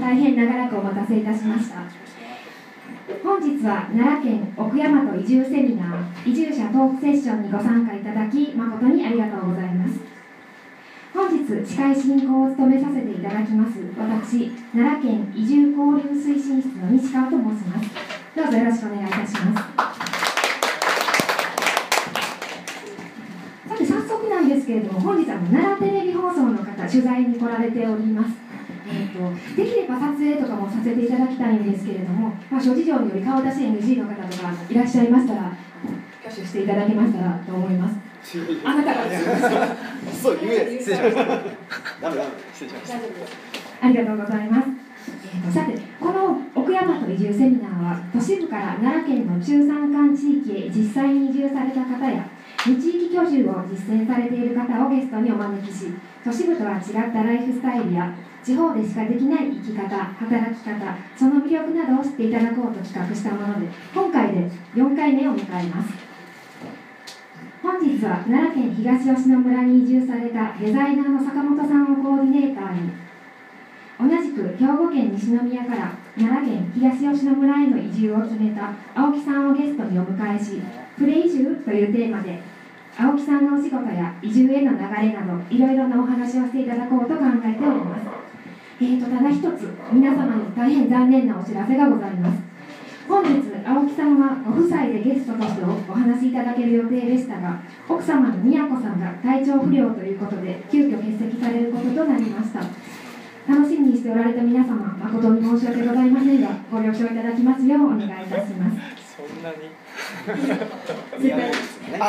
大変長らくお待たせいたしました本日は奈良県奥山と移住セミナー移住者トークセッションにご参加いただき誠にありがとうございます本日司会進行を務めさせていただきます私奈良県移住交流推進室の西川と申しますどうぞよろしくお願いいたしますさて早速なんですけれども本日あの奈良テレビ放送の方取材に来られておりますえー、とできれば撮影とかもさせていただきたいんですけれども、まあ、諸事情により顔出し NG の方とかいらっしゃいましたら挙手していただけましたらと思いますあなたがそう言え失礼しました。ダメダメ失礼しました大丈夫です。ありがとうございます。えーとさて、この奥山と移住セミナーは、都市部から奈良県の中山間地域へ実際に移住された方や、地域居住を実践されている方をゲストにお招きし、都市部とは違ったライフスタイルや、地方でしかできない生き方、働き方、その魅力などを知っていただこうと企画したもので、今回で4回目を迎えます。本日は奈良県東吉野村に移住されたデザイナーの坂本さんをコーディネーターに、同じく兵庫県西宮から奈良県東吉野村への移住を決めた青木さんをゲストにお迎えしプレ移住というテーマで青木さんのお仕事や移住への流れなどいろいろなお話をしていただこうと考えておりますえーとただ一つ皆様に大変残念なお知らせがございます本日青木さんはご夫妻でゲストとしてお話しいただける予定でしたが奥様の宮子さんが体調不良ということで急遽欠席されることとなりました楽しみにしておられた皆様誠に申し訳ございませんがご了承いただきますようお願いいたしますそんなに宮古ですよね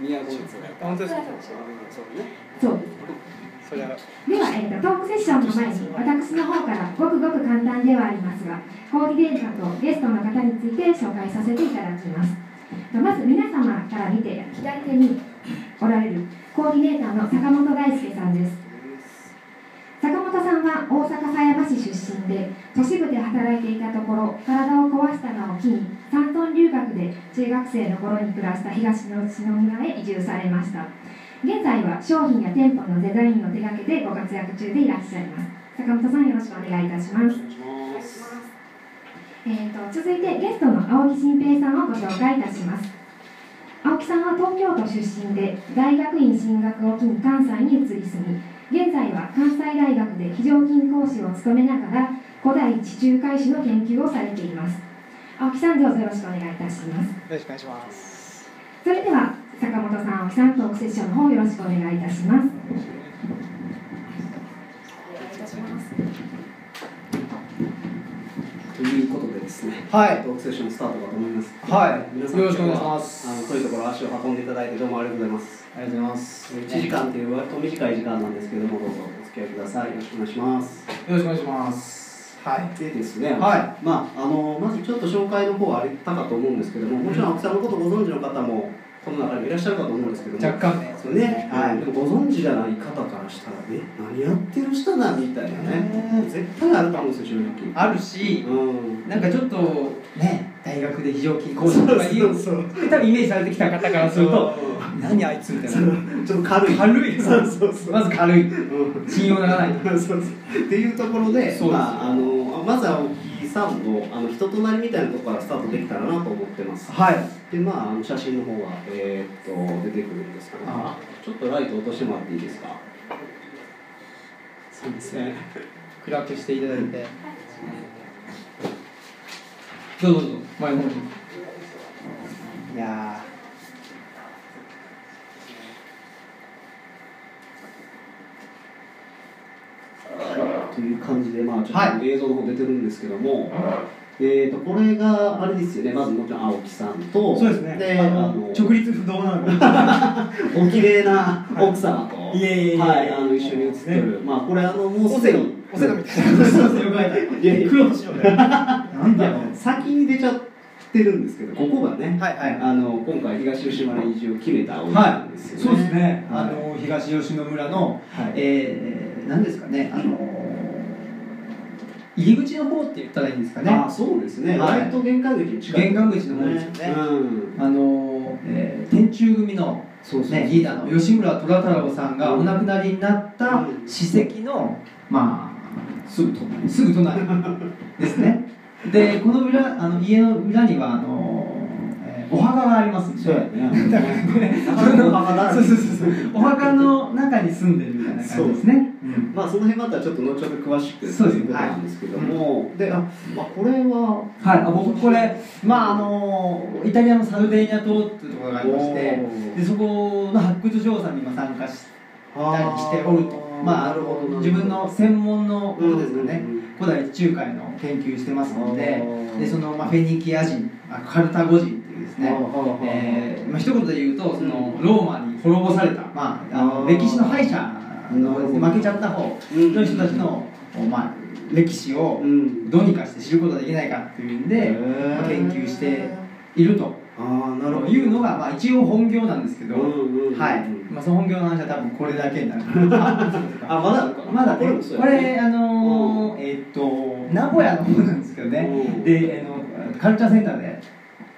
宮古ですよね本当ですかそうねそうそれはでは、えーと、トークセッションの前に私の方からごくごく簡単ではありますがコーディネーターとゲストの方について紹介させていただきますまず皆様から見て左手におられるコーディネーターの坂本大輔さんです坂本さんは大阪狭山市出身で都市部で働いていたところ体を壊したのを機に山村留学で中学生の頃に暮らした東の篠村へ移住されました現在は商品や店舗のデザインを手掛けてご活躍中でいらっしゃいます坂本さんよろしくお願いいたしますお願いしますえー、と続いてゲストの青木新平さんをご紹介いたします青木さんは東京都出身で大学院進学を機に関西に移り住み現在は関西大学で非常勤講師を務めながら古代地中海史の研究をされています青木さんどうぞよろしくお願いいたしますよろしくお願いします。それでは坂本さん青木さんトークセッションの方よろしくお願いいたしますお願いいたします。ということでですねはトい、ークセッションスタートだと思います皆はい、さんよろしくお願いします。あの遠いところ足を運んでいただいてどうもありがとうございますありがとうございます。 1時間という割と短い時間なんですけどもどうぞお付き合いくださいよろしくお願いしますよろしくお願いします。はい。でですね、はまあ、あのまずちょっと紹介の方はあったかと思うんですけどももちろん青木さんのことご存知の方もこの中にいらっしゃるかと思うんですけども若干ね。そうね、はい、でもご存知じゃない方からしたらね何やってる人なんみたいなね絶対あると思うんですよ正あるし、直うんなんかちょっと、ね、大学で非常勤講師とかいう、そう多分イメージされてきた方からすると、う何あいつみたいな。んちょっと軽い軽い。そうそう そうまず軽い。うん信用ならない。そうそうっていうところでそうですまあ、あのまず青木さんのあの人となりみたいなところからスタートできたらなと思ってますはい。でまああの写真の方はえー、っと出てくるんですかねあちょっとライト落としてもらっていいですかすいません暗くしていただいて。どうぞどうぞ、前の方に。いやという感じで、まあ、ちょっはと映像の方出てるんですけども、えー、とこれがあれですよねまずもちろん青木さんとそうですね。ああのの直立不動なの。お綺麗な奥様と、いえいえいえはい、あの一緒に写ってる、まあこれあのもうおすで 世にお世話みたいな。そうですよ書いいやいた。や苦労しようね。なんだろう。先に出ちゃってるんですけどここがね、はいはいあの今回東吉島の移住を決めた青木さんですよね、そうですね。はいあの東吉野村のはいえー、何ですかね、あの入り口の方って言ったらいいんですかね。あそうですね、はい割と玄関口に近い玄関口の方ですよねうん、あのえー天中組の、そうですね、リーダーの吉村虎太郎さんがお亡くなりになったうん史跡の、まあ、すぐ隣すぐ隣ですねでこの裏あの家の裏にはあの、えーお墓がありますんでそうやね。だからお墓だらけそうそうそうそうお墓の中に住んでるみたいな感じですねうん まあその辺またちょっと後ほど詳しくそうですとねいうことなんですけども、で、あ、まあこれは、はいあ僕これまああのイタリアのサルデーニャ島っていうところがありましてでそこの発掘調査に今参加してあたりしておるとまあなるほどなるほど自分の専門のことですかね、うんうんうん古代地中海の研究してますのであーでその、まあ、フェニキア人あカルタゴ人っていうですあねーえーまあ一言で言うとその、うんローマに滅ぼされた、まあ、あのあー歴史の敗者なるほどの負けちゃった方うんの人たちの、まあ、歴史をうん。どうにかして知ることができないかっていうんで、まあ研究しているとああ、なるほど。いうのが、まあ、一応本業なんですけど、うんうんうんはいまあ、その本業の話は多分これだけになるあそうですかあ、ま だあるかなまだこねれもそうこやね。れあのーえーっと名古屋の方なんですけどねうんであのカルチャーセンターで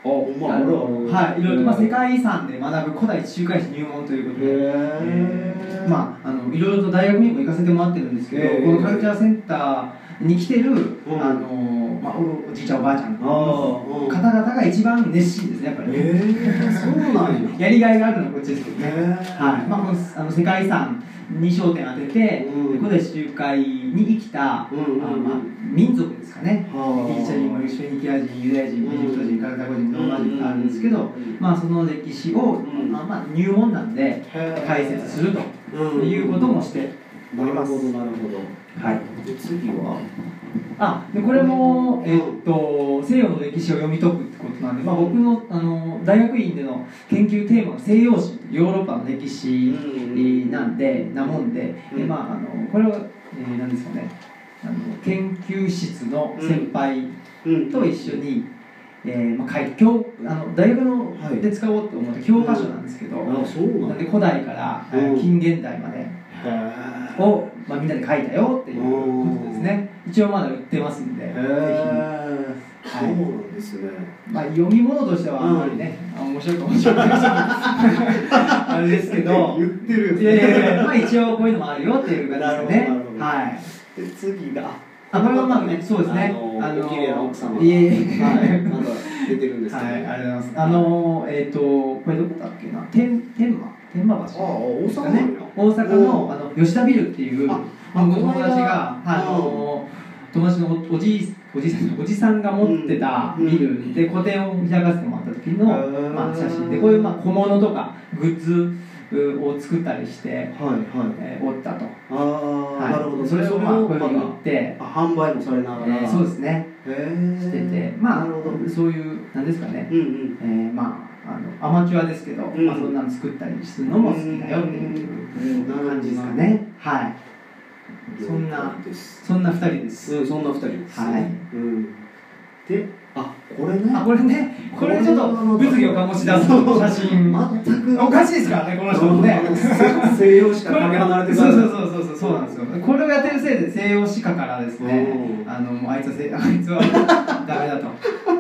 あ、ほんま、ああるのはいいろいろと、まあ、世へ界遺産で学ぶ古代地中海史入門ということで、え。まああのいろいろと大学にも行かせてもらってるんですけど、へーこのカルチャーセンターに来てる、んあのまあ、おおじいちゃんおばあちゃんあのー、方々が一番熱心ですねやっぱり、えー、そうなんや。やりがいがあるのはこっちですけどね、ははいまあ、このあの世界遺産に焦点当てて、うん古代地中海に生きた、うんうんうんあのまあ、民族ですかね、はあギリシャ人もフェニキア人ユダヤ人うんエジプト人カルタゴ人ローマ人があるんですけど、うんまあ、その歴史を、んまあまあ、入門なんでへえ解説すると、うんいうこともしてなるほど、なるほど。はいで、次はあでこれも、うんえっと、西洋の歴史を読み解くってことなんで、まあ、僕のあの大学院での研究テーマが西洋史ヨーロッパの歴史うんなんでなもんで,、うんでまあ、あのこれは、えー、何ですかねあの研究室の先輩うんと一緒に、えーまあ、書いて教あの大学はいので使おうと思った教科書なんですけど、あ、そうななんんでや。古代から、えうんー近現代までへーを、まあ、みんなで書いたよっていうことですね一応まだ売ってますんで、へぜひ。ーそうはいなんですね。まあ、読み物としてはあんまりね、あ面白いかもしれないですけどあれですけど 言ってるよいやいやいやまあ一応こういうのもあるよっていう感なるほじですねどなるほどはいで、次が。あこれはまあねそうですねあの、お綺麗な奥様が。いえいえはい、まだ出てるんですけど。はいありがとうございますあのえっ、とこれどこだっけな天天満天満あ橋あ、大阪なねんや。大阪おのあの吉田ビルっていうあ僕の友達この間が、はいあの友達のおおじいおじいさんおじさんが持ってたうんビルで個展を開かせてもらった時の、へーまあ、写真でこういうまあ小物とかグッズうを作ったりして、はい、はい。えー、おったと、ああ、はいなるほど。それをまあこういうふうに売まって、あ販売もされながら。えーそうですねへえ。しててまあなるほど。うんそういうなんですかね、うん。えーまああのアマチュアですけど、うんまあ、そんなの作ったりするのも好きだよっていう感じですかねはいそんなです。そんな2人ですうん、そんな二人です。はい。うん。で、あ、これね。あこれねこれちょっと物議を醸し出す写真全く。おかしいですからねこの人もねせ西洋しかかけ離れてそうそうう。そうそうそうそうなんですよこれをやってるせいで西洋史家からですねうんあのもうあいつはせあいつはダメだと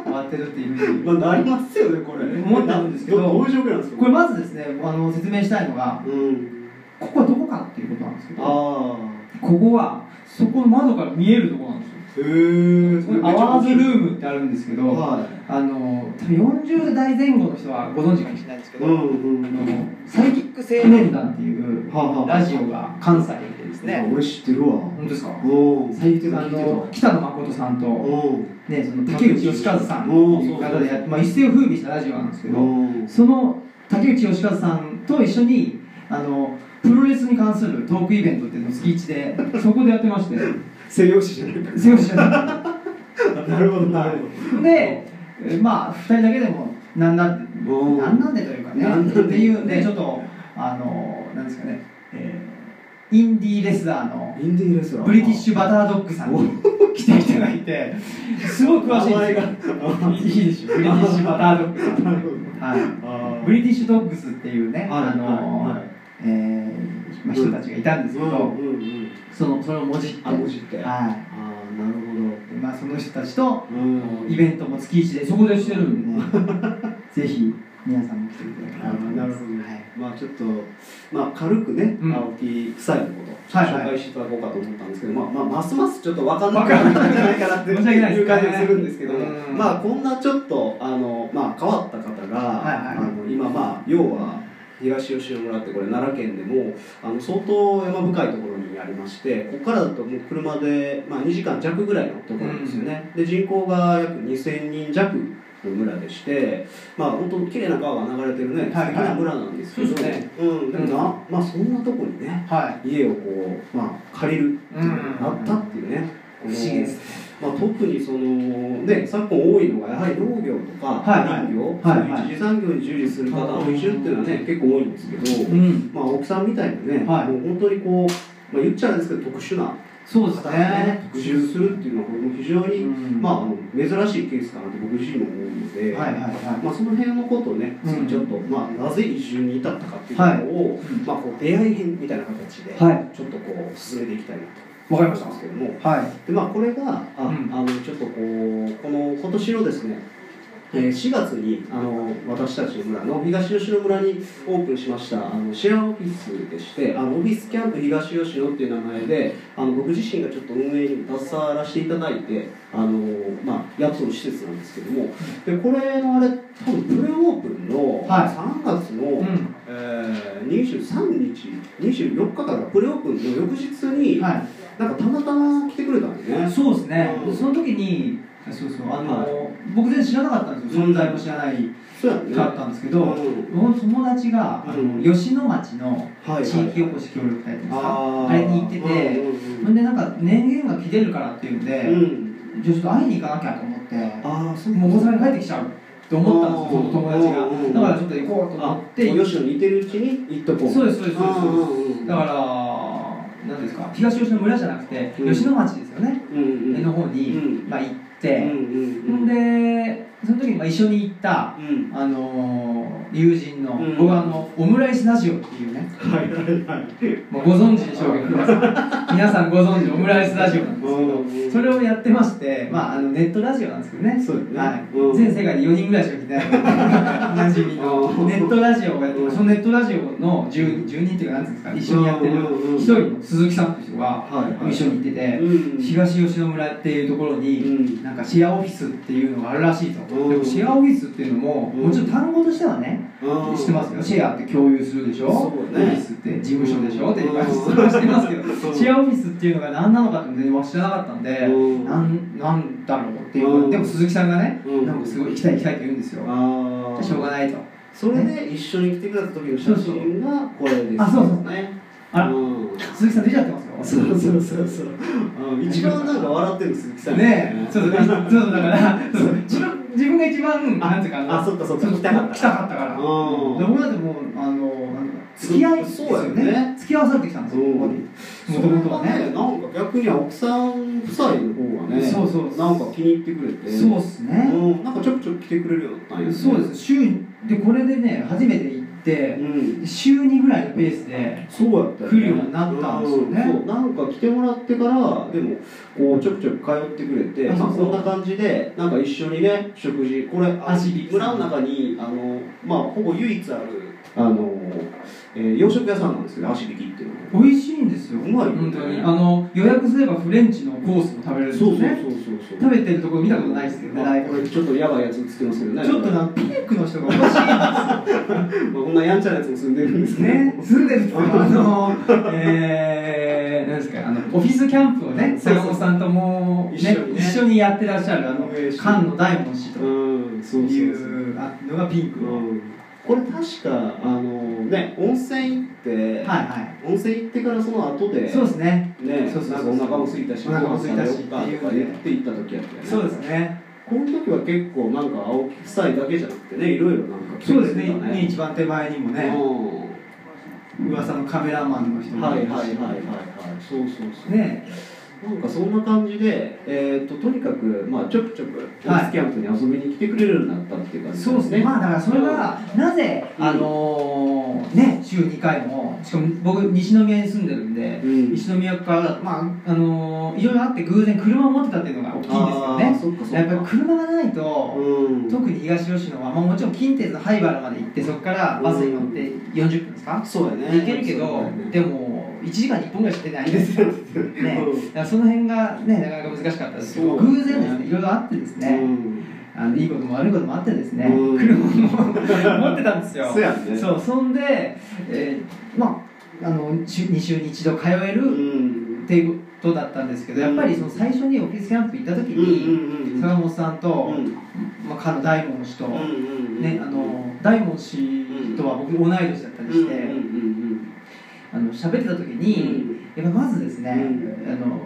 終わってるっていうふうにまあ、なりますよね、これ。思ったんですけどどういう状況なんですか。これまずですねあの説明したいのがうん。ここはどこかっていうことなんですけあどこあ。こはそこの窓から見えるところなんですよへえ。これアワーズルームってあるんですけど、はあの多分40代前後の人はご存知かもしれないんですけい。ど、うん、あうん。のサイキック青年団っていうはあはあラジオが関西でですねね、俺知ってるわ。本当ですかおお。サイキックあの北野誠さんと、おね、その竹内義和さんっていう方でやって、まあ、一世を風靡したラジオなんですけど、お。その竹内義和さんと一緒にあのプロレスに関するトークイベントっていうのを月1でそこでやってまして西洋史じゃない すいませんなるほどなるで、えーまあ、2人だけでも、なんだって、ほど。なんなんでというかね、なんなんでっていうんで、ちょっと、あの、なんですかね、えーインディーレスラーのインディーレスラー。ブリティッシュバタードッグさんに来ていただいて、すごい詳しいんですよ、いいでしょ、ブリティッシュバタードッグさんなるほはい。あーブリティッシュドッグスっていうはね、いあの、はいはいえーまあ、人たちがいたんですけうど、んうんうん。そのそれをもじって、あもじってはああなるいでまあ、その人たちとほど。うん イベントも月1でそこでしてるんで、ぜひ皆さんも来ていただければあと思いなまるすほど、ねまあちょっと、まあ、軽くね、うん青木夫妻のことはいはい紹介していただこうかと思ったんですけど、まあまあ、ますますちょっと分かんなくなったんじゃないかなってい申し訳ないですう感じがするんですけども、うんまあ、こんなちょっとあの、まあ、変わった方が、はいはいあの今、まあ、要は東吉野村ってこれ奈良県でもあの相当山深いところにありましてここからだともう車で、まあ、2時間弱ぐらいのところなんですよね、で人口が約2000人弱の村でしてまあ本当綺麗な川が流れてるね素敵はいはいな村なんですけどそうですねうんでもな、まあそんなとこにねはい家をこう、まあ、借りるっていうのがあったっていうね、不思議ですまあ、特にその、ね、昨今多いのがやはり農業とかはいはい林業、はいはいそういう一次産業に従事する方の移住っていうのはね結構多いんですけど、んまあ、奥さんみたいなね、はいもう本当にこう、まあ、言っちゃなんですけど特殊なそうです方がねね移住するっていうのはこれも非常に、うんまあ、あの珍しいケースかなと僕自身も思うので。はいはいはまあ、その辺のことをね、うんちょっと、まあ、なぜ移住に至ったかっていうことを、いまあ、こう出会い編みたいな形で、はいちょっとこう進めていきたいなとわかりました思うんですけども、はいでまあこれがあ、うんあのちょっとこうこの今年のですね、えー4月にあの私たちの村の東吉野村にオープンしましたあのシェアオフィスでしてあのオフィスキャンプ東吉野っていう名前であの僕自身がちょっと運営にも携わらせていただいてあの、まあ、やってる施設なんですけどもでこれのあれ多分プレオープンのはい3月の、うんえー23日24日からプレオープンの翌日に、はなんかたまたま来てくれたんでねいそうですねうんその時にそうそうあはの僕全然知らなかったんですよ存在も知らないそうやね。かったんですけうどん僕の友達があうんの吉野町のはいはい地域おこし協力隊ですかあーあれに行っててうんほんでなんか年限が切れるからっていうんで、うんうんじゃあちょっと会いに行かなきゃと思ってああ、そうもう大阪に帰ってきちゃうと思ったんですよその友達うんうんうんがだからちょっと行こうとあ思っで、てよしの似てるうちに行っとこう。そうですそうですそうですそうですうんだから何ですか東吉野村じゃなくてうん吉野町ですよね、うんうん。の方うに、んまあ、行っうて、んほうんんでその時にまあ一緒に行った、うん。あのー友人の、うん僕はあのオムライスラジオっていうねはいはいはい。もうご存知でしょうけど皆さん皆さんご存知オムライスラジオなんですけどそれをやってまして、まあ、あのネットラジオなんですけどねそうだはねいうん全世界に4人ぐらいしか聞いてないおなじみうんのネットラジオをやってますそのネットラジオの 10, 10人っていうかなんていうんですか一緒にやってるうんうんうん一人の鈴木さんって人がはいはい一緒に行ってて、うん東吉野村っていうところに、うんなんかシェアオフィスっていうのがあるらしいと、うんでもシェアオフィスっていうのも、うんもちろん単語としてはね、うんしてますよシェアって共有するでしょそうねオフィスって事務所でしょ、っていう感じうんそれはしてますけど、んシェアオフィスっていうのが何なのかって全然知らなかったんで、うんなんなんだろうっていう、うんでも鈴木さんがね、うんなんかすごい行きたい行きたいって言うんですよ、ああ。しょうがないとそれで一緒に来てくれた時の写真がこれです。あそうそうね。あらうん鈴木さん出ちゃってますよそうそうそうそう。うん一番なんか笑ってる鈴木さん。ねえ、そうそう、そうそうだから、そう自分自分が一番、なんていうかな、あそっかそっかう来たかった来たかったから、でうん僕なんてもう、あの、なんか付き合いですよそうやねね、付き合わされてきたんですよ、ここに、そもとれもとははね、ね。なんか逆に奥さん夫妻の方がね、そうそうなんか気に入ってくれて、そうっすね、うん、なんかちょくちょく来てくれるようになったんやねそうです、週に、で、これでね、初めて行ってう、ん、週2ぐらいのペースで、そうやった来るようになったんですよねうんそう、なんか来てもらってから、でも、こうちょくちょく通ってくれて、あまあ、そこうんな感じで、なんか一緒にね、食事、これ、あ足引き村の中に、あの、まあ、ほぼ唯一ある、あの、えー洋食屋さんなんですけど、足引きっていうのが。美味しいんですよ、うまいよね本当に、あの、予約すればフレンチのコースも食べれるんですよね。そう食べてるところ見たことないですけどね、まあ大こ学れちょっとやばいやつ映ってますけどねちょっとなんかピンクの人がおかしいまあ、こんなやんちゃなやつも住んでるんですけどね、住んでる人あの、えー、なんですか、あの、オフィスキャンプをね、そうそう坂本さんとも、ね、一緒にね一緒にやってらっしゃる、あの運営、して菅野大門氏とうんそういそうそううあのがピンクの。うんこれ確かあのね温泉行って、はいは温泉行ってからその後い。でそうですね。ねそうそうそなうんかお腹も空いたしお腹も空いたしご飯食べようかとか言って行った時やったよねそうですね。この時は結構なんか青木夫妻だけじゃなくてねいろいろなんか来てそくうれでたすね。に一番手前にもね、う噂のカメラマンの人んもはいいはいまはしいはいはいそうそうそうね、なんかそんな感じで、えー、ととにかく、まあ、ちょくちょくオフィスキャンプに遊びに来てくれるようになったっていう感じそうですね、まあだからそれがなぜ、うんあのーね週2回もしかも僕西宮に住んでるんで、うん西宮からまああのーいろいろあって偶然車を持ってたっていうのが大きいんあーですそっかそよっかねやっぱり車がないと、うん特に東吉野は、まあ、もちろん近鉄の灰原まで行ってそこからバスに乗って40分ですか、そうだね行けるけど、でもも1時間に1本ぐらいしか出ないんで すよ、ね、うんだからその辺がねなかなか難しかったですけどそう偶然ですねいろいろあってですね、うんあのいいことも悪いこともあってですね、うん車も 持ってたんですよ。そうやんねそうそんで、えーまああの週2週に一度通えうるんっていうことだったんですけど、やっぱりその最初にオフィスキャンプ行った時に、うん坂本さんと、うんまあ、彼の大門氏と、うんうんねあの大門氏とは僕同い年だったりして、うんうんあの喋ってた時うんうんに、やっぱまずですね、うあの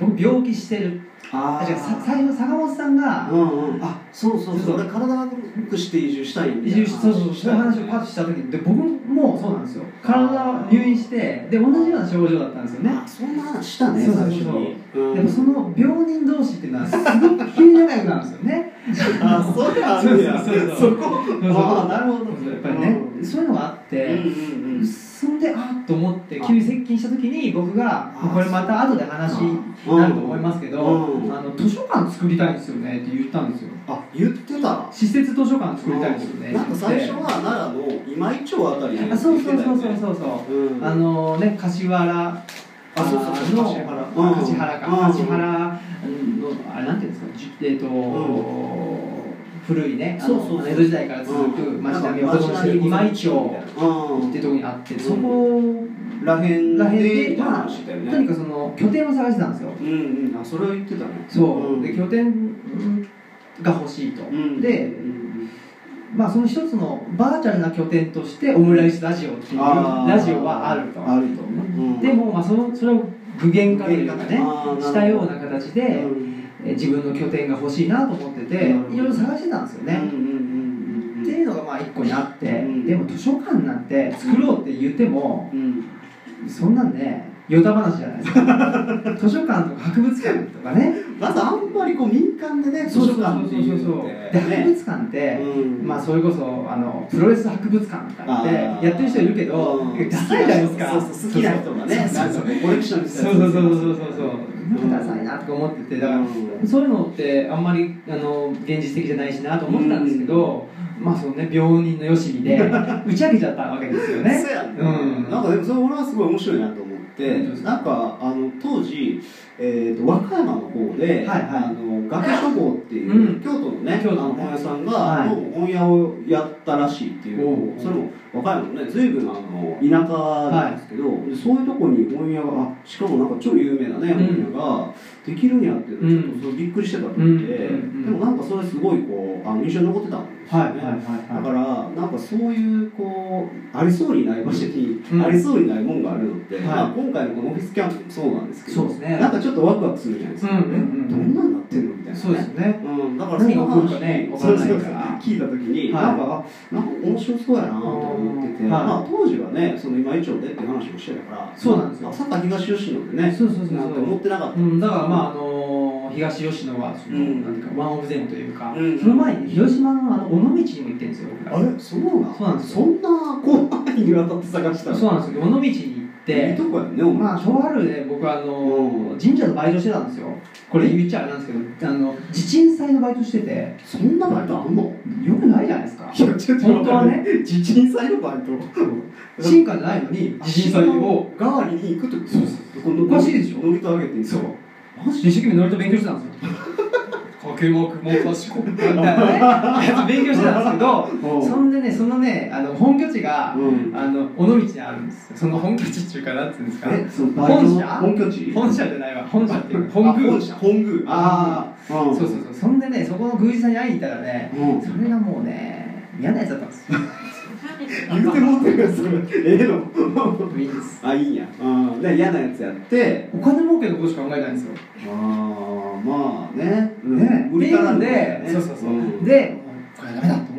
僕病気してるああー違うさ最初坂本さんが、うんうんあそうそうそそうう俺体が良くして移住したいみ移たい住なしそうそうそういう話をパッとした時にで僕もそうなんですよ体入院してで同じような症状だったんですよねあそんな話したねそうそう最そう初にでもその病人同士っていうのはすごく急に仲良くなるんですよねあそうなんやそうそうそうそこそうああなるほどやっぱりねそういうのがあっうて、んそんであっと思って急に接近した時に僕があまあこれまた後で話になると思いますけど、うんあの図書館作りたいんですよねって言ったんですよあ言ってた施設図書館作りたいんですよねってな言っんてか最初は奈良の今井町あたりに行ってたよねあそうそうそうそうそうそううんあのね、柏原ああそうそうそうの柏原あ柏原か、うん柏原のあれなんていうんですか、じえっ、と、古いね、あそのうそうそう江戸時代から続くうん町並みを保存してる今井町うんっていうところにあって、うんそこらへんら辺みで、たいなまあ、話だとよにねかくその拠点を探してたんですよ。うんうんあそれは言ってたねそう、んで拠点が欲しいと、うんでう、んまあ、その一つのバーチャルな拠点としてオムライスラジオっていうあーラジオはあると。あるとうんでも、まあ、そのそれを具現化というかねしたような形で、うんえ自分の拠点が欲しいなと思ってて、うんいろいろ探してたんですようんうんね、うんうんっていうのがまあ一個にあって、うんでも図書館なんて作ろうって言っても、うんそんなんねヨタ話じゃないで すか図書館とか博物館とかねまずあんまりこう民間でね図書館っていうのってで博ね物館って、うんまあそれこそあのプロレス博物館とかってあーやってる人いるけどうんダサいじゃないですかそうそう好きな人がねそうそうなんかこうコレクションみたいそなうそうそうそうそうそううんなんかダサいなとか思っててだから、うんそういうのってあんまりあの現実的じゃないしなと思ってたんですけど、まあそのね病人のよし みで打ち上げちゃったわけですよねそうやんね、うんなんかでもそれ俺はすごい面白いなと思って、本当ですかなんかあの当時、えー、と和歌山の方で、はいはいあの崖書房っていう、うん京都のね京都あののね本屋さんが、はいどうも本屋をやったらしいっていう、おうそれも和歌山のね随分あの田舎なんですけど、でそういうとこに本屋があしかもなんか超有名なねう本ん屋ができるんやっていうのはちょっうんとそれびっくりしてたので、うんうんでもなんかそれすごいこうあの印象に残ってたんですよね。はいはいだはいかはらなんかそういうこうありそうにない場所に、うんありそうにないもんがあるのって、はいまあ、今回のこのオフィスキャンプもそうなんですけいどそうですねなんかちょっとワクワクするじゃないですか、うんうんうんどんなんなってんのみたいな、ね、そうですねうん、だからそ何がの起こる話かねわかそらうなそいうかそうら聞いた時に、はいなんかあなんか面白そうやなと思ってて、はいまあ、当時はねその今以上でっていう話もしてたからそうなんですよまさか東吉野でねそうそうそうなんてそ思うってなかっうん、だからまああの東吉野はその、うんなんていうかワンオブゼムというか、うんその前に広島のあの尾道にも行ってるんですよ僕た、らあれそうなんそうなんですよそんな広範囲にわたって探してたそううなんですよ尾道に行っていいとこやねお前まあ、小春で僕はあの神社のバイトしてたんですよこれ言っちゃあれなんですけどあの地鎮祭のバイトしててよそんなバイトあんのくないじゃないですかいや、ちょっと本当はね自鎮祭のバイト進化じゃないのに地鎮祭を代わりに行くってことそうそうこのおかしいでしょ乗りと上げてそうマ一生懸命ノリと勉強してたんですよかけまくもかしこみ たいなね勉強してたんですけどうんそんでねそのねあの本拠地が、うんあの尾道にあるんですよその本拠地っていうかなんていうんですかえそのバイトの本社本拠地本社じゃないわ本社っていうかあ本宮本社本宮ああそそうそうそうそんでねそこの宮司さんに会いに行ったらね、うんそれがもうね嫌なやつだったんですよ言うてもってるやつええのいいですあいいんやうんで嫌なやつやってお金儲けのことしか考えないんですよ、あーまあねね売りからっねていうのでそうそうそう、んでもうこれはダメだと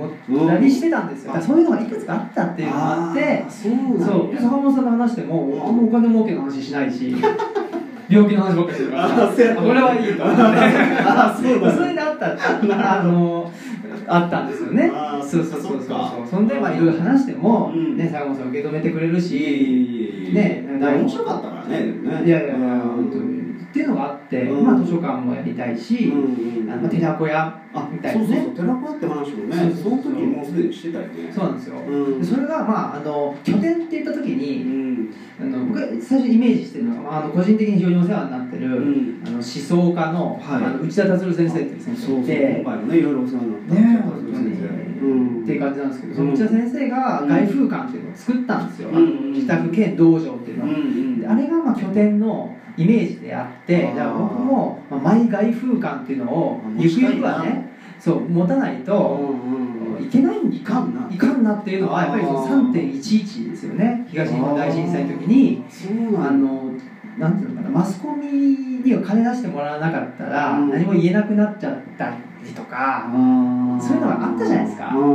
思ったりしてたんですうよ、んだからそういうのがいくつかあったっていうのがあってーそうなんやそうで坂本さんと話しても、うん あんまお金儲けの話しないし病気の話ばっかりしてるからあそうやったこれはいいと思ってああそうだそれであったあのあったんですよねあーそうそうそうそうそっかそうそんでまあいろいろ話しても、うんね坂本さん受け止めてくれるいえしいえいえいえねいや面白かったからねでもねいやいやいやうん本当にっていうのがあって、うんまあ図書館もやりたいし、うんうんあの寺子屋あみたいそうなそうねそう寺子屋って話もねそうそそうそうの時もうすでにしてたよねそうなんですよ、うんでそれがまああの拠点って言った時うに、んあの僕が最初にイメージしてるのはあの個人的に非常にお世話になってる、うんあの思想家の,、はいあの内田達郎先生っていうそう先そう生今回いてもねいろいろお世話になったねそうそう先生うんっていう感じなんですけど、んその内田先生がうん外風館っていうのを作ったんですよ、あうんの北府兼道場っていうのうは、んうんであれがまあ拠点のイメージであってあーじゃあ僕もまあマイ外風館っていうのをゆくゆくはねそう持たないとうんうんいけないんいかいかんなんいかんなっていうのはやっぱりそのあー3.11ですよね東日本大震災の時にそうあなんだのなんていうのかなマスコミには金出してもらわなかったらうん何も言えなくなっちゃったりとか、あーそういうのがあったじゃないですかうんうん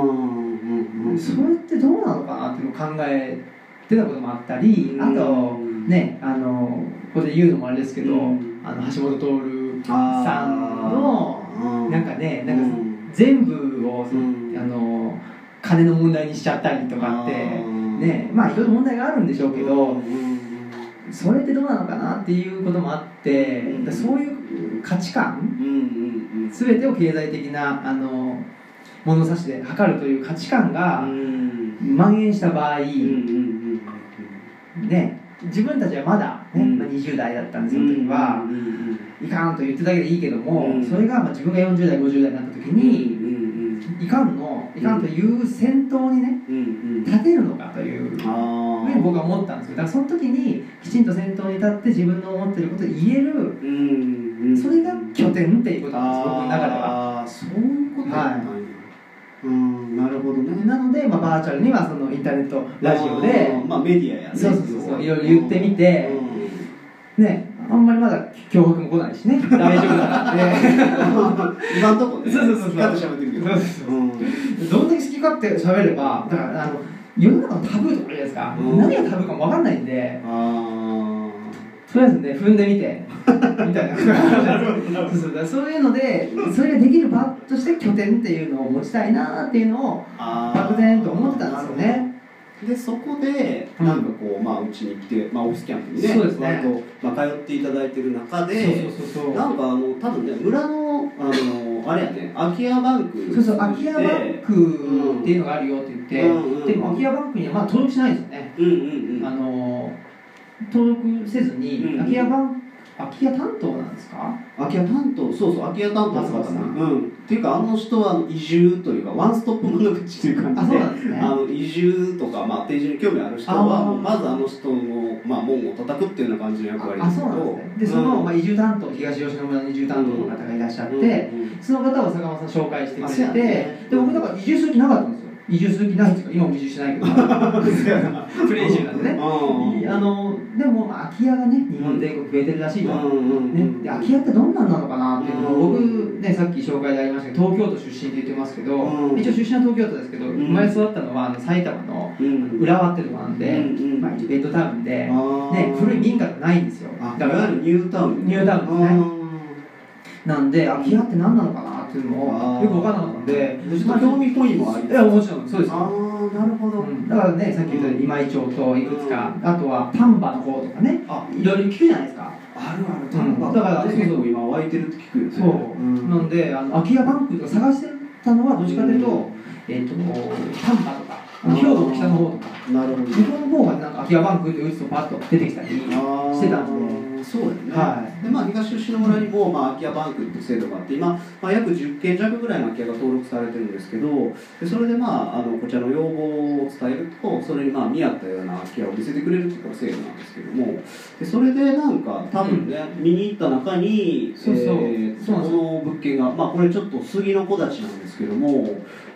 うんそれってどうなのかなっていうのを考えてたこともあったりあとうんねあのここで言うのもあれですけど、うんあの橋本徹あーさんのうなんかねなんかうん全部を、うんあの金の問題にしちゃったりとかってあーねまあいろいろ問題があるんでしょうけど、うんうんそれってどうなのかなっていうこともあって、うんそういう価値観うんうんうん全てを経済的なあの物差しで測るという価値観うがん蔓延した場合、うんうんうんね自分たちはまだ、ねうんまあ、20代だったんうんですよその時は。うんうんうんいかんと言ってただけでいいけども、うんそれがまあ自分が40代50代になった時うんに、いかんのいかんという戦闘にねうんうんうん立てるのかというあーね僕は思ったんですよだからその時にきちんと先頭に立って自分の思ってることを言えるうんうんそれが拠点っていうことなんです僕の中では。ああそういうことなんだうんなるほどねなので、まあ、バーチャルにはそのインターネットラジオであー、まあメディアやねそうそうそうそういろいろ言ってみてうん ね、あんまりまだ脅迫も来ないしね 大丈夫なので今んとこねそうそうそうそ好うき勝手喋ってるけどそうそううんどんだけ好き勝手喋ればだからあの世の中のタブーとかあるじゃないですか、うん何がタブーかも分かんないんで。あとりあえずね踏んでみ てみたいなそうそうだそういうのでそれができる場として拠点っていうのを持ちたいなっていうのをーあー漠然と思ってたんですよねでそこでうんなんかこうまあうちに来てまあオフィスキャンプにねそうですね割とまあ通っていただいてる中でそうそうそうなんかあの多分ね村のあのあれやね空き家バンクそうそう空き家バンクっていうのがあるよって言って、うんうんでも空き家バンクにはまあ登録しないんですよね、うんうんうんあの登録せずに、うん空き家バン空き家担当なんですか空き家担当そうそう空き家担当の方松本ささんうんっていうかあの人は移住というかワンストップ窓口っていう感あじそでうなんですねあの移住とか、まあ、定住に興味ある人あーはもうまずあの人の、まあ、門を叩くっていうような感じの役割あそうなんですねでその、まあ、移住担当東吉野村の移住担当の方がいらっしゃって、その方を坂本さん紹介してくれあそうて、やねで僕なんか移住する気なかったんですよ移住する気ないんですよ今も移住しないけ どプレイ移住なん でねいああのでもまあ空き家がね日本全国増えてるらしいと、ね、で空き家ってどんなんなのかなっていうのをうん僕ねさっき紹介でありましたけど東京都出身って言ってますけど、うん一応出身は東京都ですけど、ん生まれ育ったのはあの埼玉の裏浦和ってとこなんで、うんうんまあ、ベッドタウンで、ねね、古い民家がないんですよあだだかかららニュータウンニュータウンですねねなんで空き家って何なのかなっていうのあをーよく分からなかったんでちょっと興味本位もありいやもちろんそうですああなるほど、うんだからねさっき言ったように今井町といくつか、あとは丹波の方とかねあいろいろ聞くじゃないですかあるあるうん丹波だからねそうそう結構今湧いてるって聞くよねそう、んなんであの空き家バンクとか探してたのはどっちかというと,、うんえっと丹波とかあの兵庫の北の方とかなるほど向こうの方がなんか空き家バンクって打つとパッと出てきたりしてたんででそうですね、はでまあ、東吉野村にも、まあ、空き家バンクっていう制度があって今、まあ、約10件弱ぐらいの空き家が登録されてるんですけどでそれで、まあ、あのこちらの要望を伝えるとそれに、まあ、見合ったような空き家を見せてくれるっていうのが制度なんですけどもでそれでなんか多分ね、見に行った中にそうそうえーそうなんですよこの物件が、まあ、これちょっと杉の木立なんですけども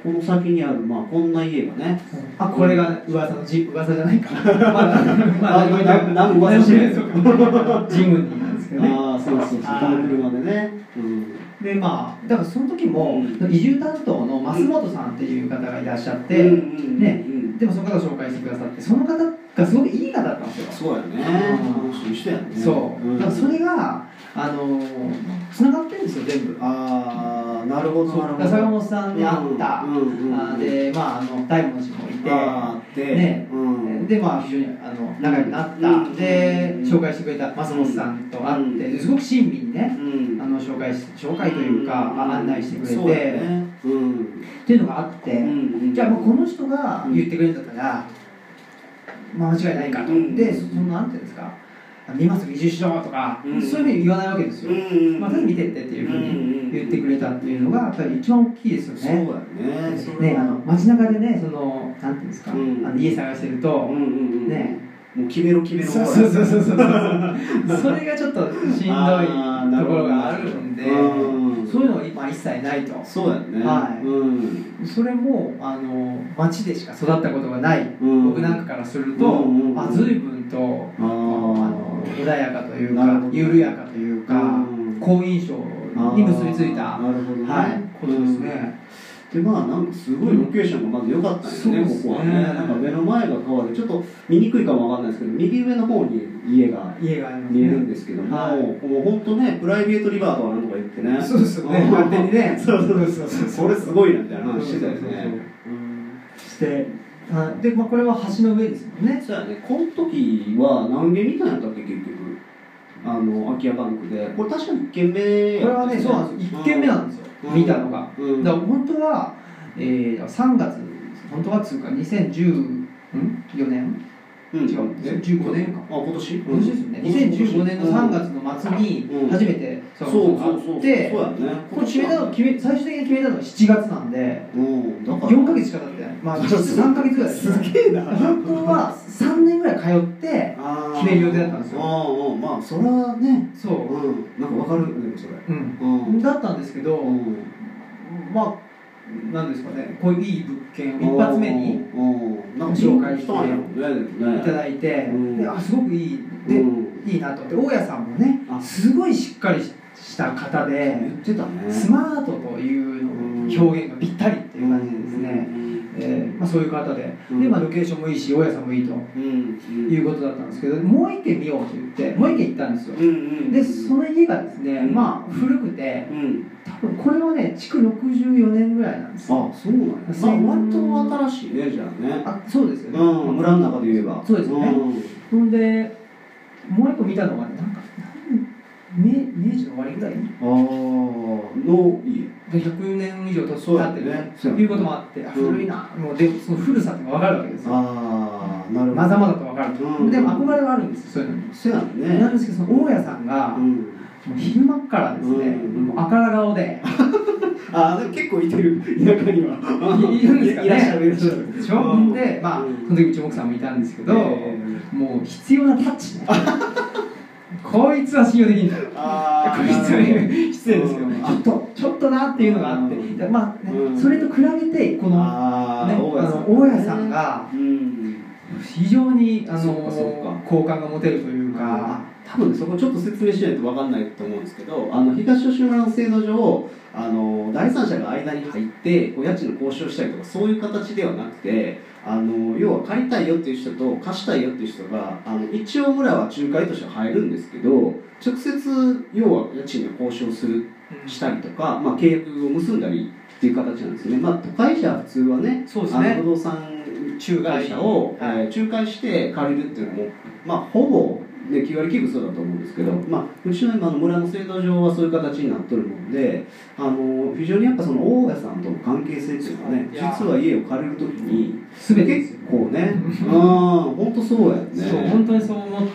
この先にある、まあ、こんな家がねあこれが噂のじ噂じゃないかまだまだ何も言ってないなな何も噂してないそうかジムニーなんですけどねああそうそうそうこの車でね、うん、でまあだからその時も、う移住担当の増本さんっていう方がいらっしゃって、うんうんうんうんねでもその方を紹介してくださってその方がすごくいい方だったんですよそうやねうん楽しい人やねそう、んだからそれがあのつながってるんですよ全部ああなるほどそうなるほだかどら坂本さんに会った、うんうんうんうんあーでまああの大文字もいてあーでねうんでまあ非常にあの仲良くなった、うんでうん紹介してくれた松本さんと会って、すごく親身にうねんあの紹介し紹介というか、ん案内してくれて、そうだねうんっていうのがあって、うんじゃあもうこの人が言ってくれるんだったら、まあ、間違いないかと、うんでそのなんていうんですか「見ます移住しろ」とか、うんそういうふうに言わないわけですよ、うんまあ、ただ見てってっていうふうに言ってくれたっていうのがやっぱり一番大きいですよそうねだねそれねはあの街中でねそのなんていうんですか、うんあの家探してるうんと、うんうんねもう決めろ決めろそうそうそうそうそうそれがちょっとしんどいとあーなるほこどろがあるんでうんそういうのが今一切ないとそうやねはいうんそれもあの町でしか育ったことがない、うん僕なんかからすると、うんうんうんあ随分とああのー穏やかというなるほかど緩やかというか、うん好印象に結びついた、あーなるほどねはい、ことですね。でまあなんかすごいロケーションがまず良かったんですねそうですねここはねなんか目の前が川でちょっと見にくいかもわかんないですけど右上の方に家が家があります見えるんね。ですけども、はいもう本当ねプライベートリバーとはなんとか言ってねそうです よね。ん勝手にね。そうそうそうそうそれすごいなみたいな話してたよそうそうそうそうねうんして、はいでまあこれは橋の上ですもんね。そうやねこの時は何軒みたいなったっけ結局あの空き家バンクでこれ確か1軒目やこれはね、そうなんですよ。一軒目なんですよ。うん見たのが。うんだから本当は、えー、3月、本当はつうかう2014年、ん違う15年かあ今年今年ですよね。2015年の3月の末うんに初めてそそううそそううそうそそうそううで、やねこれ決めたの決め最終的に決めたのが7月なんで、うんだから4ヶ月しか経ってない。まあ実質3ヶ月ぐらいです。すげえな本当は3年ぐらい通って、決める予定だったんですよああまあそれはねそうう、んなんかわかるでもそれうん、うんだったんですけど、うんまあ、なんですかね、こういういい物件を一発目にうんなんか紹介ししてたんやろうねでもねいただいて、うんであすごくいい、うでんいいなと思って、大家さんもねあ、すごいしっかりした方で、言ってたねスマートというの表現がぴったりっていう感じですね、えーまあ、そういう方で、うんでまあ、ロケーションもいいし、大家さんもいいとうんうんいうことだったんですけど、もう一軒見ようと言って、もう一軒行ったんですよ。うんうんでその家がですね、うんまあ古くてうん多分これはね築64年ぐらいなんですよあそうなんやまあ割と新しいねじゃあねあそうですよね、うん村の中で言えばそうですねんほんでもう一個見たのがねなんか何明明治の終わりぐらいでああのいい100年以上経そうだっねてるねそうだねいうこともあって、あ古いなもうでその古さってのが分かるわけですよああなるほどまざまざと分かる、うんでも憧れはあるんですよそういうのに、そうやんねなんですけどその大家さんが、うもんう昼間からですね、うんもう赤ら顔 であーでも結構いてる田舎にはいいるんですかねいらっしゃるいらっしゃるでしょうんでまあうんその時うちの奥さんもいたんですけど、えもう必要なタッチね こいつは信用できんだよあこいつは失礼ですけど、うんちょっとちょっとなっていうのがあって、うんでまあねうんそれと比べてこの,、ね、ああーの大家さん大家さんがうん非常にあそうかそうかの好感が持てるというあか、多分ねそこちょっと説明しないと分かんないと思うんですけどあの東吉村の制度上あの第三者が間に入ってこう家賃の交渉したりとかそういう形ではなくてあの要は借りたいよっていう人と貸したいよっていう人があの一応村は仲介として入るんですけど直接要は家賃の交渉するうんしたりとか、まあ、契約を結んだりっていう形なんですね、まあ、都会者は普通はねそうですねあの不動産仲介者を、はいえー仲介して借りるっていうのも、まあ、ほぼ、ね、9割9分そうだと思うんですけど、まあ、うちの今の村の制度上はそういう形になっとるもんであの非常にやっぱその大家さんとの関係性っていうのはねいや実は家を借りる時に全てです結よ、構ねうん本当そうやんねそう本当にそう思っ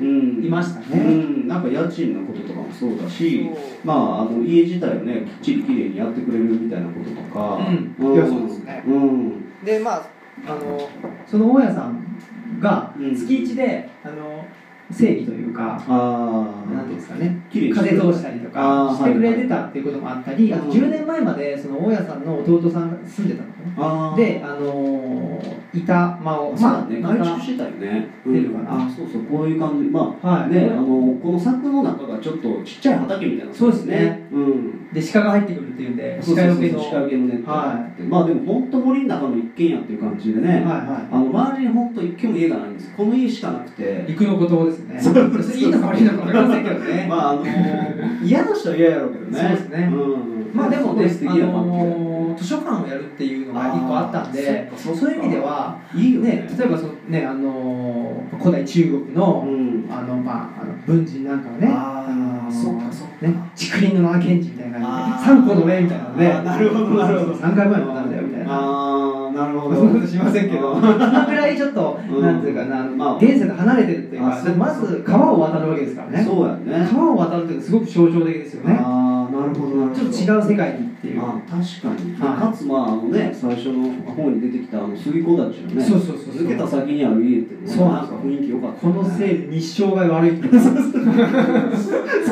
うんていましたうね、ん、なんか家賃のこととかもそうだしそうまあ、あの家自体をねきっちりきれいにやってくれるみたいなこととか、うんいやそうですねうんでまああのその大家さんがうん月1で、あの整備というか、ああなんていうんですかねきれいに風して通したりとかあーしてくれてたっていうこともあったり、はいあと10年前までその大家さんの弟さんが住んでたのねあーで、あのー、板間を、まあねまた改築してたよね出るかなうんあそうそうこういう感じまあはい、ねあのこの柵の中がちょっとちっちゃい畑みたいなそうですねうんでで鹿が入ってくるっていうんでそう鹿そうよそうけの鹿よけのネットがあってまあでも本当森の中の一軒家っていう感じでね、はいはあの周りに本当一軒も家がないんですこの家しかなくて肉の子供ですねそれいいのか悪いのか分かりませんけどね、まああの 嫌な人は嫌やろうけどねそうですねうんうんまあでもねね、素あ敵な環境でのー図書館をやるっていうのが一個あったんで、そそううかそうかいう意味では、いいよねね、例えばそのね、あのー古代中国うの,、んあのまあ、あの文人なんかはね、あーのーそっかそっかね、竹林の名賢治みたいなあー感じで、三個の上みたいなので、あーなるほどなるほど3回前のなんだよみたいな、ああなるほそどんなことしませんけど、あそーのぐらいちょっと、うんなんていうかな、まあ現世と離れてるっていうあかそう、まず川を渡るわけですからね、そうやね川を渡るっていうのはすごく象徴的ですよね、ああなるほどなるほどちょっと違う世界にっていう。あ確かに、はいかつまああのね最初の方に出てきたあの杉子たちのねそうそうそうそう抜けた先にある家っていうのはそうなんか雰囲気良かったこよね、のせいで日照が悪いって そうそうそうい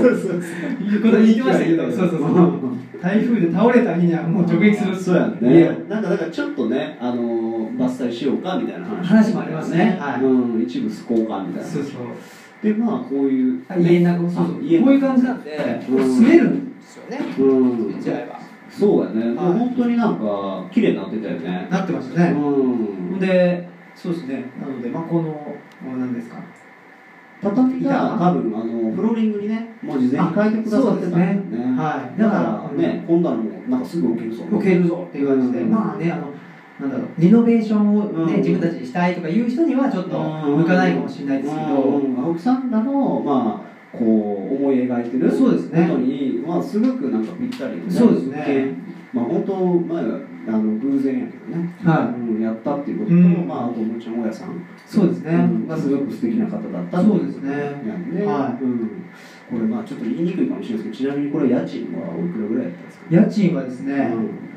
うこと言ってましたけどそうそうそう台風で倒れた日にはもう直撃するそうやいやねなんかだからちょっとねあのー伐採しようかみたいな話話もありますねはいうん、一部救おうかみたいなそうそうでまあこういう、あ家の中そうそうあこう家の中いう感じなんでうん住めるんですよねうん一台はそうやね、もうはい本当になんか綺麗になってたよねなってましたねうんでそうですねなのでまあこの何ですか畳が多分あのフローリングにねもう事前に変えてくださってたんだよあそうねはいだだかからね、今度はもうなんかすぐ起きるそう受けるぞっていう感じでうんまあねあのなんだろうリノベーションをうんね自分たちにしたいとかいう人にはちょっと向かないかもしれないですけどうん青木さんらの、まあ、こう思い描いてるそうですねことに、まあ、すごくなんかぴったりのねそうですねまあ、本当、まあ、あの偶然やけどね、はいうん、やったっていうことと、うんまあ、あともちろん大家さんそうですね、がすごく素敵な方だったそうですねなんで、はいうん、これまあちょっと言いにくいかもしれないですけどちなみにこれ家賃はおいくらぐらいだったんですか家賃はですね、うん